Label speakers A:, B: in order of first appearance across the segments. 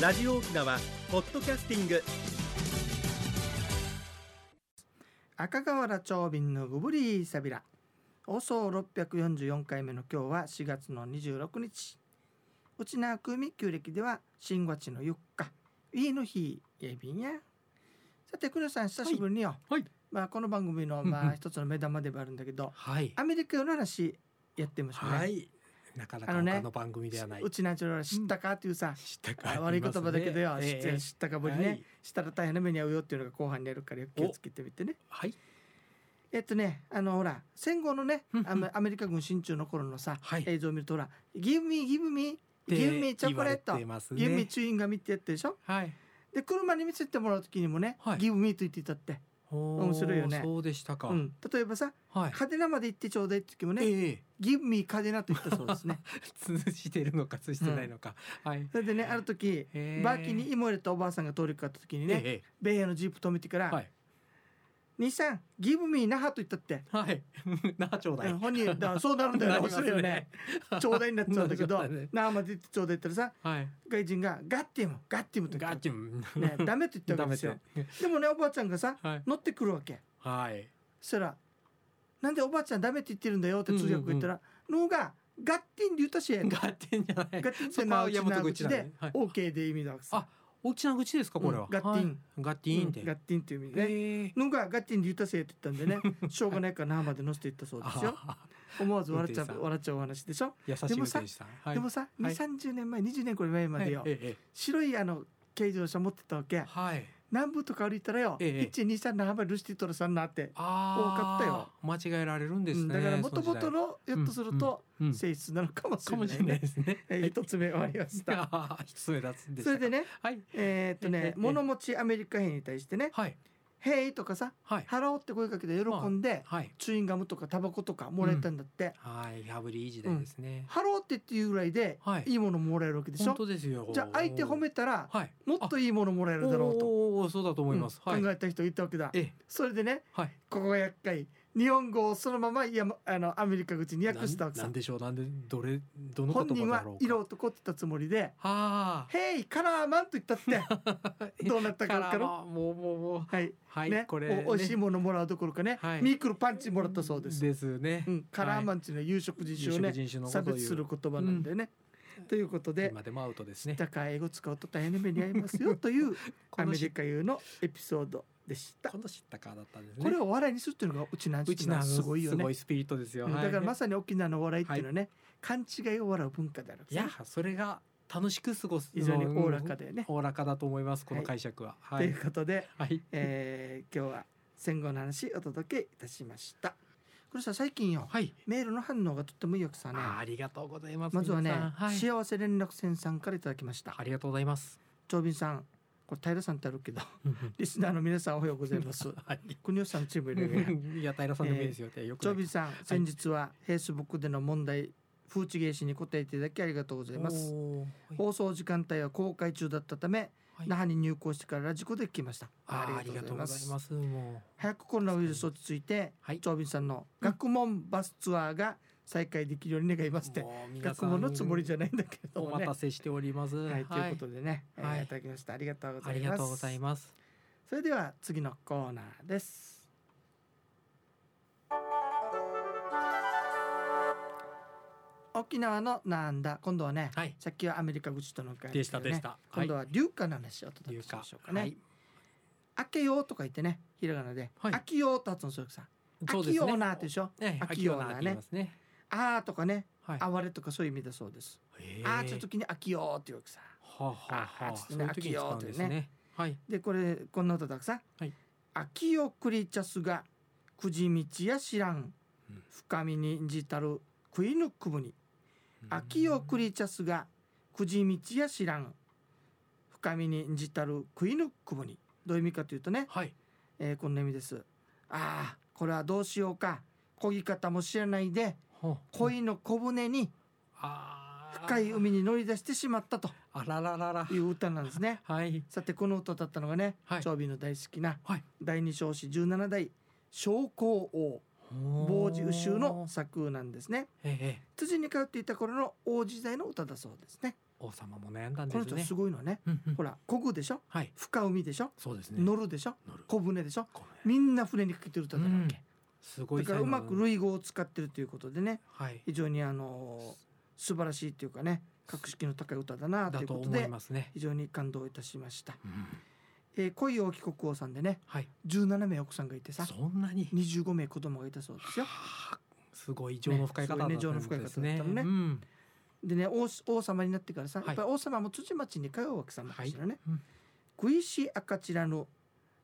A: ラジオ沖縄ポッドキャスティング
B: 赤瓦長瓶のぐぶりさびら放送644回目の今日は4月の26日うちなあくみ旧暦では新月の4日ウィーの日えびんやさて黒さん久しぶりによ、
C: はいはい
B: まあ、この番組の
C: うん
B: ま
C: う
B: あ
C: ん
B: 一つの目玉でもあるんだけど、
C: はい。
B: アメリカの話やってみましょうね、
C: はい。なかなか
B: あのね。
C: 他の番組ではないう
B: ちなんちゅうのは知ったかっていうさ、
C: 知ったか
B: あ悪い言葉だけどよ、
C: ありますね
B: 知っ
C: ええ
B: て知ったかぶりね、
C: はい
B: したら大変な目に遭うよっていうのが後半にあるからよ気をつけてみてね
C: はい。
B: えっとねあのほら戦後のね
C: うんうん
B: アメアメリカ軍進駐の頃のさ、
C: はい
B: 映像を見るとほら「ギブミギブミギブミチョコレート
C: 言われて」ます
B: 「ギブミ
C: ね。
B: チューインガミ」ってやってるでしょ
C: はい。
B: で車に見せてもらう時にもね「
C: はい
B: ギブミ」と言っていたって、
C: 面
B: 白いよね
C: そうでしたか。
B: うん、例えばさ
C: は
B: 「
C: い。
B: カデナまで行ってちょうだい」って時もね
C: ええ。
B: 「ギブミカデナ」と言ったそうです ね
C: 通じてるのか通じてないのか。はい。
B: それでねある時
C: へえ
B: バーキンに芋入れたおばあさんが通りかかった時にね、
C: え
B: 米兵のジープ止めてか
C: え。
B: ら「
C: はい。
B: 兄さんギブミー那覇」と言ったって。
C: はい。 なあちょうだい。
B: うん本人だそうなるんだよね
C: なり
B: 面
C: ます
B: 白いよね。ちょうだいになっちゃうんだ けど
C: なっちゃったね
B: 「那覇まで行ってちょうだい」って言ったらさ
C: はい。
B: 外人がガッティムガッティムと言っ
C: ガ
B: て
C: チン。
B: ね、ダメって 言った
C: ダ
B: わけ
C: メ
B: です
C: で
B: よ。でもねおばあちゃんがさ
C: はい。
B: 乗ってくるわけ。
C: はい。
B: そしたら「なんでおばあちゃんダメって言ってるんだよ」って通訳が言ったら「脳、がガッティンで言った しや」ガッ
C: ガチンじゃない。
B: ティンっ
C: そ
B: て
C: こは
B: な
C: 山本口なん
B: 口
C: だ
B: で
C: ね。はい。
B: OK で意味だわけさ。
C: あ大きな口ですかこれ
B: う
C: は。
B: んガッティン
C: はい。ガッテ
B: うん
C: ィンって。
B: ガッティンっていう意味でね。
C: ええ。
B: 脳がガッティンで言ったせいって言った んでねしょうがないから那覇まで乗せていったそうですよ
C: あ
B: 思わず笑っちゃ
C: 運転手さ
B: うん笑っちゃうお話でしょ、
C: 優しい運転手さん。はい
B: でもさ2
C: はい
B: 3 0年前20年これ前までよ、
C: えええ
B: 白いあの軽乗車持ってたわけ
C: えはい。
B: 南部とか歩いたらよ、
C: ええ
B: 123の幅ルシティトラさんなって、
C: ああ。
B: 多かったよ。
C: 間違えられるんです
B: うん
C: ね。
B: だからもともと
C: その時代
B: のよっとすると
C: うん
B: 性質なのかもし
C: か
B: れな
C: も
B: い,、
C: しれないですね。
B: えー一つ目終わり ました
C: ああ、失礼だつでした
B: それで
C: ね。
B: ね
C: はい。
B: えーっと
C: ええ
B: ね
C: ええ
B: 物持ちアメリカ兵に対してね
C: はい。
B: 「ヘイ」とかさ
C: は
B: 「
C: い。
B: ハロー」って声かけて喜んで、
C: はい。
B: チューインガムとかタバコとかもらえたんだって
C: はい。羽振りいい時代です
B: 「
C: ね。
B: ハロー」って言っていうぐらいで
C: はい
B: いものもらえるわけでしょ、
C: 本当ですよ。
B: じゃあ相手褒めたら
C: はい。
B: もっといいものもらえ
C: あ
B: るだろうと、
C: おお、そうだと思います。
B: う
C: は
B: ん
C: い。
B: 考えた人いたわけだ
C: ええ。
B: それでね
C: はい。
B: ここが厄介日本語をそのままいやまあのアメリカ口に訳したわけ
C: な
B: さ
C: んでしょう。なんでどれどの
B: 本
C: 言
B: 人
C: 葉だ
B: は
C: ろうか。
B: 色。男って言ったつもりで「
C: は
B: ヘイカラーマン」と言った っ
C: あ。
B: てどうなったか分か
C: から
B: ろ
C: もうもうもう。
B: はい、
C: はい。
B: ね
C: これ
B: お美味しいものもらうどころかね、
C: はい
B: ミークルパンチもらったそうです、
C: ですね
B: う。ん、カラーマンっていうのは有色人種をね、
C: 有色人種のこと
B: 差
C: を言う
B: 別する言葉なんでね、ということで
C: 今でもアウトですね。
B: 高い英語使うと大変な目に遭いますよという
C: こ
B: ア
C: の
B: メ
C: し
B: リカ流のエピソードでした
C: この知ったかだったんですね。
B: これをお笑いにするっていうのがうちなんち
C: う
B: ゅう
C: ち
B: の
C: の
B: は
C: あの
B: す
C: す
B: ご
C: ご
B: い
C: い
B: よね
C: スピリットですよ。
B: うんだからま
C: さ
B: さに沖縄のお笑いっていうのはね、勘違いを笑う文化であるわけ
C: い
B: です
C: や
B: ね
C: それが楽しく過ごす
B: 非常におおらか
C: で
B: だよね。
C: おおらかだと思いますこの
B: はい
C: 解釈は。
B: と、
C: はいい。
B: うことで、
C: はい。
B: えー今日は戦後の話お届けいたしました。これさ最近よ
C: はい。
B: メールの反応がとってもいいわけさね。
C: あーありがとうございます。
B: まずはね、
C: 皆さんはい。
B: 幸せ連絡船さんからいただきました
C: あ。りがとうござい ます。
B: 長瓶さん、これ平さんってある けど、リスナーの皆さんおはようございます。
C: はい。
B: 国吉さんチームいるね。
C: いや平さんでもいいですよ。よく
B: 長
C: ない
B: 瓶さん、先日はフェイスブックでの問題、風知芸師に答えていただきありがとうございま
C: お
B: す。
C: ーはい
B: 放送時間帯は公開中だったため、
C: はい
B: 那覇に入港してからラジコで聞きました
C: あーありがとうございます。もう
B: 早くコロナウイルス落ち着いて、
C: はい
B: 長瓶さんの学問バスツアーが再開できるように願いますって、
C: もう皆さ
B: 学
C: ん
B: 問のつもりじゃないんだけれど
C: お
B: も
C: 待
B: ね
C: たせしております。
B: はい、ということ
C: で
B: でね、
C: はい
B: えーいただきましたありがとうござ
C: あ
B: い
C: り
B: ま
C: が
B: す
C: とうございます。
B: それでは次のコーナーです沖縄のなんだ今度はね、
C: はい
B: さっきはアメリカ口との会
C: でしたでした。
B: 今度
C: は
B: は流化の話をお
C: い
B: 届けしましょうかね。
C: はい。
B: 開けようとか言ってね、ひらがなで、
C: はい
B: 開けようと発音するわけさ。
C: そ
B: 開
C: う
B: け
C: ですね
B: ようなってでしょ。
C: ええ、
B: 秋
C: 秋
B: よ
C: よ
B: う
C: う
B: な
C: なっ
B: ね
C: て言いますね。
B: あーとかね、
C: はい。
B: あわれとかそういう意味だそうです。
C: へえ
B: あーちょっと時に開けようっていうわけさ。
C: はあ、はあ
B: あ
C: はあ、
B: ーちょっ
C: そ
B: と
C: う
B: ね
C: いう時に使うんですね。
B: 秋
C: はい。
B: で、これ、こんな歌たくさん。
C: はい
B: 開きよくりちゃすが、くじみちや知らん
C: うん。
B: 深みにんじたる、くいぬくぶに。開きよく
C: り。
B: りちゃすが、くじみちや知らん。深みにんじたる、くいぬくぶに。どういう意味かというとね、
C: はい。
B: えーこんな意味です。ああ、これはどうしようか。漕ぎ方も知らないで、
C: ほう
B: 恋の小舟に
C: ああ。
B: 深い。海に乗り出してしまったと
C: あらららら
B: い。う歌なんですね。
C: はい。
B: さて、この歌だったのがね、
C: はい
B: 長瓶の大好きな、
C: はい
B: 第二章子17代、将校王、
C: ほ
B: 傍
C: う
B: 受衆の。作なんですね。
C: ええ。
B: 辻に通っていた頃の王時代の歌だそうですね。
C: 王様も悩んだんで
B: この
C: す
B: 人
C: ね
B: すごいのね
C: うんうん
B: ほらこぐでしょ
C: はい
B: 深海でしょ
C: そうですね
B: 乗るでしょ
C: 乗る
B: 小舟でしょ
C: こうね
B: みんな船にかけてる歌だわけ、
C: すごい
B: だから
C: 才
B: う
C: 能
B: まく類語を使ってるということでね
C: はい
B: 非常にあの素晴らしいというかね格式の高い歌だなと
C: だ
B: いう
C: と
B: こと
C: 思い
B: で
C: ますね
B: 非常に感動いたしました、
C: うん
B: えー、恋多き国王さんでね
C: はい
B: 17名奥さんがいてさ
C: そんなに
B: 25名子供がいたそうですよ
C: はあすごい情の深い方だった
B: ねすごいね情の深い方だったのね
C: んですうん
B: でね王し王様になってからさ、
C: はい
B: やっぱり王様も辻町に通うわけさま
C: は
B: か
C: い
B: しらね
C: うん
B: 「食いし赤ちらの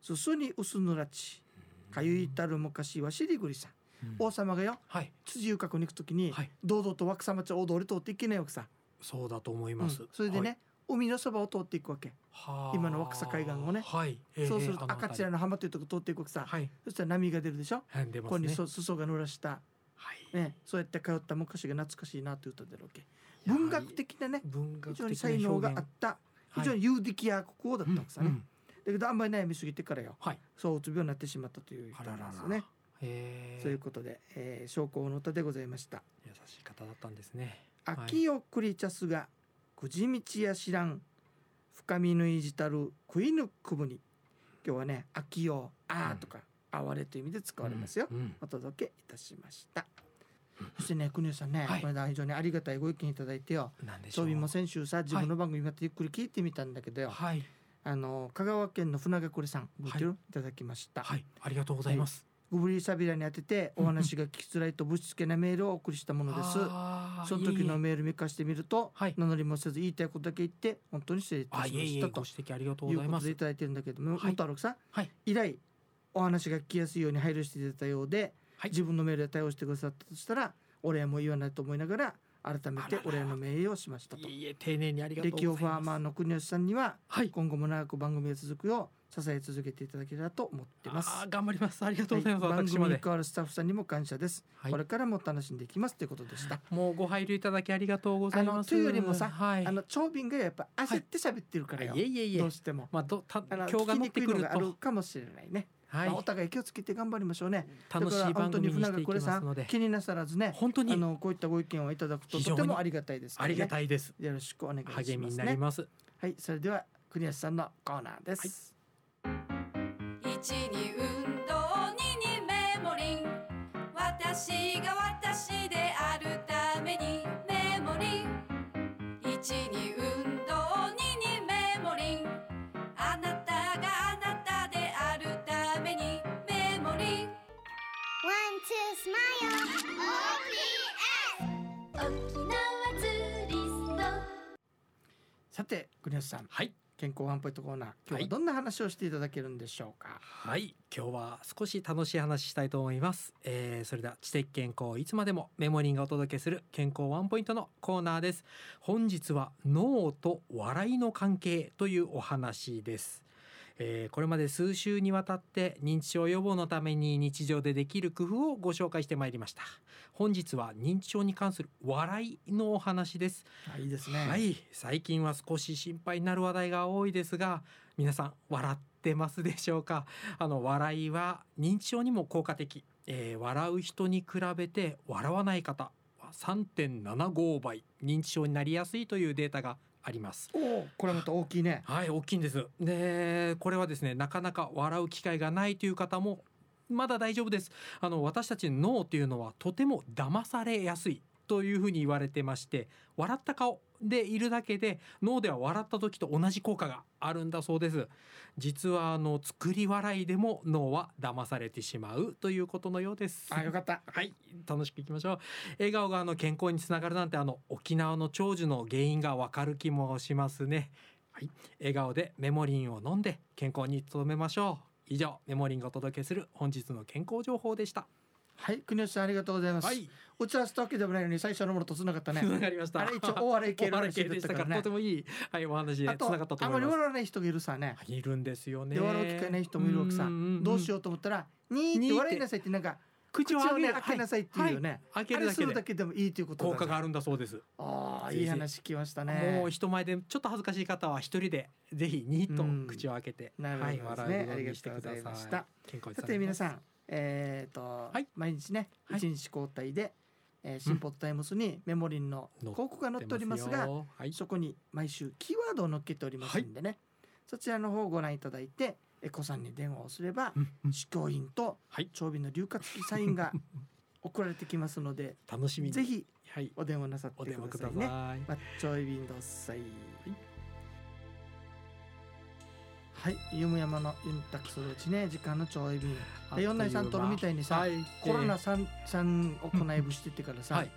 B: すすに薄ぬらちかゆいたる昔はしりぐりさん」
C: うん
B: 王様がよ
C: はい
B: 辻遊郭に行くときに、
C: はい
B: 堂々と若様町大通り通っていけないわけさ、
C: そうだと思い
B: うん
C: ます
B: それでね、海のそばを通っていくわけ、
C: はい
B: 今の若狭海岸をね
C: はいええ
B: そうする
C: あ
B: と
C: の
B: 赤ちらの浜というとこ通っていくわけさ、
C: はい
B: そしたら波が出るでしょ、
C: はい出
B: こ
C: ます
B: こに
C: ね
B: そ裾が濡らした、
C: はい
B: ね、そうやって通った昔が懐かしいなという歌であるわけ
C: いや
B: 文学的なね
C: 文
B: 非
C: 学
B: 常に
C: 的
B: 才
C: な
B: 能
C: 表
B: があ
C: 現
B: った
C: は
B: 非
C: い
B: 常に有敵や国王だったわけさね、
C: うんうん
B: だけどあんまり悩みすぎてからよ
C: はい
B: そううつ病になってしまったという
C: あ
B: 人
C: ら
B: な
C: らら
B: んです
C: ら
B: よね。
C: へえ
B: ということで、えー、将校の歌でございました。
C: 優しい方だったんですねはい
B: 秋よくりちゃすがくじみちや知らん深みぬいじたるくいぬくぶに今日はね秋よあーとか、哀れという意味で使われますよ、
C: うんうん
B: お届けいたしました、そしてね国吉さんね、
C: はい
B: これ非常にありがたいご意見いただいてよ
C: なんでし
B: ち
C: ょ
B: ょ
C: う
B: びも先週さ自分の番組またゆっくり聞いてみたんだけどよ、
C: はい
B: あの香川県の船隠さんご協力いただきました、
C: はいありがとうございます
B: ゴブリーサビラに当ててお話が聞きづらいとぶしつけなメールをお送りしたものです、
C: あー
B: その時の
C: いえいえ
B: メール見返してみると、
C: はい
B: 名乗りもせず言いたいことだけ言って本当に失礼いた
C: あ
B: し
C: いえ
B: ま
C: い
B: し
C: え
B: た
C: ご
B: と
C: 指摘ありがとう
B: い
C: ご
B: う
C: ざい
B: こ
C: ま
B: とですいただいてるんだけども、
C: はい
B: 元六さん
C: はい
B: 以来お話が聞きやすいように配慮していただいたようで、
C: はい
B: 自分のメールで対応してくださったとしたらお礼も言わないと思いながら改めてお礼の名誉をしましたと
C: いえいえ丁寧にありがとうござ
B: 歴
C: い
B: オ
C: ます
B: ファーマーの国吉さんには、
C: はい
B: 今後も長く番組が続くよう支え続けていただければと思ってます。
C: あー頑張りますありがとうございます、
B: はい番
C: 私
B: 組
C: ま
B: に
C: で
B: 関わるスタッフさんにも感謝です、
C: はい
B: これからも楽しんでいきますということでした
C: もうご配慮いただきありがとうござ
B: あ
C: い
B: の
C: ます
B: というよりもさ、
C: はい
B: あの長瓶がやっぱ焦って喋ってるからよ、
C: いえいえい
B: ど
C: え
B: うしても
C: まあどた
B: あの
C: 今日が乗っ
B: 聞きにく
C: て
B: い
C: く
B: の
C: る
B: がある
C: と
B: かもしれないね、
C: はい
B: まあお互い気をつけて頑張りましょうね
C: 楽しい番組に
B: だ
C: してい
B: から本当に船が
C: き
B: こ
C: ま
B: れ
C: す
B: さ
C: ので
B: 気になさらずね
C: 本当に
B: あのこういったご意見をいただくと
C: 非常
B: と
C: に
B: てもありがたいですか
C: あ
B: ら、ね、
C: りがたいです
B: よろしくお願いしますね
C: 励みになります
B: はいそれでは国安さんのコーナーです、
C: はい
D: 一に運動二にメモリン私が私であるためにメモリン一に運動二にメモリンあなたがあなたであるためにメモ
E: One,
D: リン
E: two, smile. OPS. 沖縄ツーリスト。
B: さて国安さん
C: はい
B: 健康ワンポイントコーナー今日はどんな話をしていただけるんでしょうか、
C: はい今日は少し楽しい話したいと思います、えー、それでは知的健康をいつまでもメモリーがお届けする健康ワンポイントのコーナーです本日は脳と笑いの関係というお話ですえーこれまで数週にわたって認知症予防のために日常でできる工夫をご紹介してまいりました本日は認知症に関する笑いのお話です
B: あいいですね、
C: はい、最近は少し心配になる話題が多いですが、皆さん笑ってますでしょうか。あの笑いは認知症にも効果的。えー笑う人に比べて笑わない方は3.75倍認知症になりやすいというデータがあります。
B: おおこれまた大きいね
C: はい、大きいんです。で、これはですね、なかなか笑う機会がないという方も、まだ大丈夫です。あの、私たちの脳というのは、とても騙されやすいというふうに言われてまして、笑った顔でいるだけで、脳では笑った時と同じ効果があるんだそうです。実は、あの、作り笑いでも脳は騙されてしまうということのようです。
B: あよかった
C: はい、楽しくいきましょう。笑顔があの健康につながるなんてあの沖縄の長寿の原因がわかる気もしますね。はい、笑顔でメモリンを飲んで健康に努めましょう。以上、メモリンがお届けする本日の健康情報でした。
B: はい国吉さんありがとうございます、
C: はい、
B: 打ち合わせたわけでもないのに最初のものとつながったね
C: つながりました。
B: あれ一応大笑い系 の
C: お笑い
B: 話
C: 系
B: だっ
C: でしたた
B: か
C: からら、と
B: ね
C: てもいい、はい、お話で
B: あ
C: つながった
B: と
C: と
B: あま
C: 思い
B: り
C: ます
B: 笑。わない人がいるさね
C: いるんですよね。
B: で笑う機会ない人もいるわけさ
C: うんうんうん
B: どうしようと思ったら「にー」って笑いなさいってなんか
C: 口
B: 口
C: を
B: を
C: 開
B: ね
C: け
B: 開けなさいっていうよね
C: はい開
B: あ
C: ける
B: れ
C: だ
B: す
C: け
B: るだ
C: で
B: けでもいいということだ
C: 効
B: ね
C: 果があるんだそうです。
B: ああ
C: ぜひ
B: いい話聞きました
C: もう
B: ね
C: 人前でちょっと恥ずかしい方は一人でぜひにーっと口を開けて、
B: なるほ
C: はい
B: どですね
C: 笑うよ
B: あ
C: う
B: り
C: に
B: が
C: して
B: とう
C: く
B: ご
C: だ
B: ざ
C: さい
B: いました
C: 健康に
B: さて皆
C: ん
B: さんえっと
C: はい
B: 毎日ね
C: はい
B: 一日交代でえーシンポッタイムスにメモリンの広告が載っておりますが
C: よはい、
B: そこに毎週キーワードを載っけておりますんでね、そちらの方をご覧いただいてエコさんに電話をすれば
C: うんうん
B: 試供品と
C: はい
B: 長瓶の硫化付きサインが送られてきます ので
C: 楽しみに
B: ぜひ
C: はい、
B: お電話なさっ
C: お
B: て
C: 電話く
B: くだ
C: だ
B: さ
C: さ
B: い
C: い
B: ね。まあ、ちょい瓶どっさい。はい、ゆむやまのゆんたきそのうちね、時間のちょい瓶。
C: あっと
B: で、
C: いう間
B: 四内さんとるみたいにさ、
C: はい
B: コロナ
C: え
B: さん、さん、行いぶしてってから
C: ー
B: さ。
C: はい、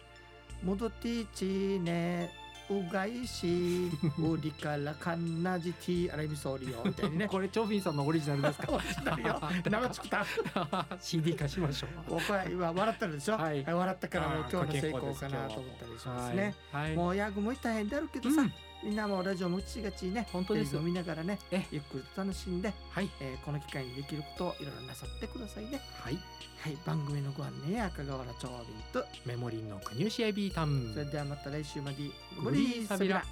B: 戻っていちね、うが いし、うりからかんなじてィあれみそうりよみたいにね。
C: これチョーフィンさんのオリジナルですか
B: な る よ生作った
C: CD 化しましょう
B: 僕は今笑ったでしょ、は
C: はいい
B: 笑ったからもう
C: あー
B: 今日の成
C: ご健
B: 功
C: 康
B: か
C: です
B: なと思ったりします
C: はい
B: ね、
C: はい
B: もうヤグも大変であるけどさ、
C: うん
B: みんなもラジオもちがちね
C: 本当です
B: テレビを見ながらね
C: え
B: ゆっくりと楽しんで、
C: はい
B: えーこの機会にできることをいろいろなさってくださいね
C: はい
B: はい番組のご案内は赤瓦長瓶と
C: メモリーの国吉エビータウン
B: それではまた来週まで
C: グリーンサビラ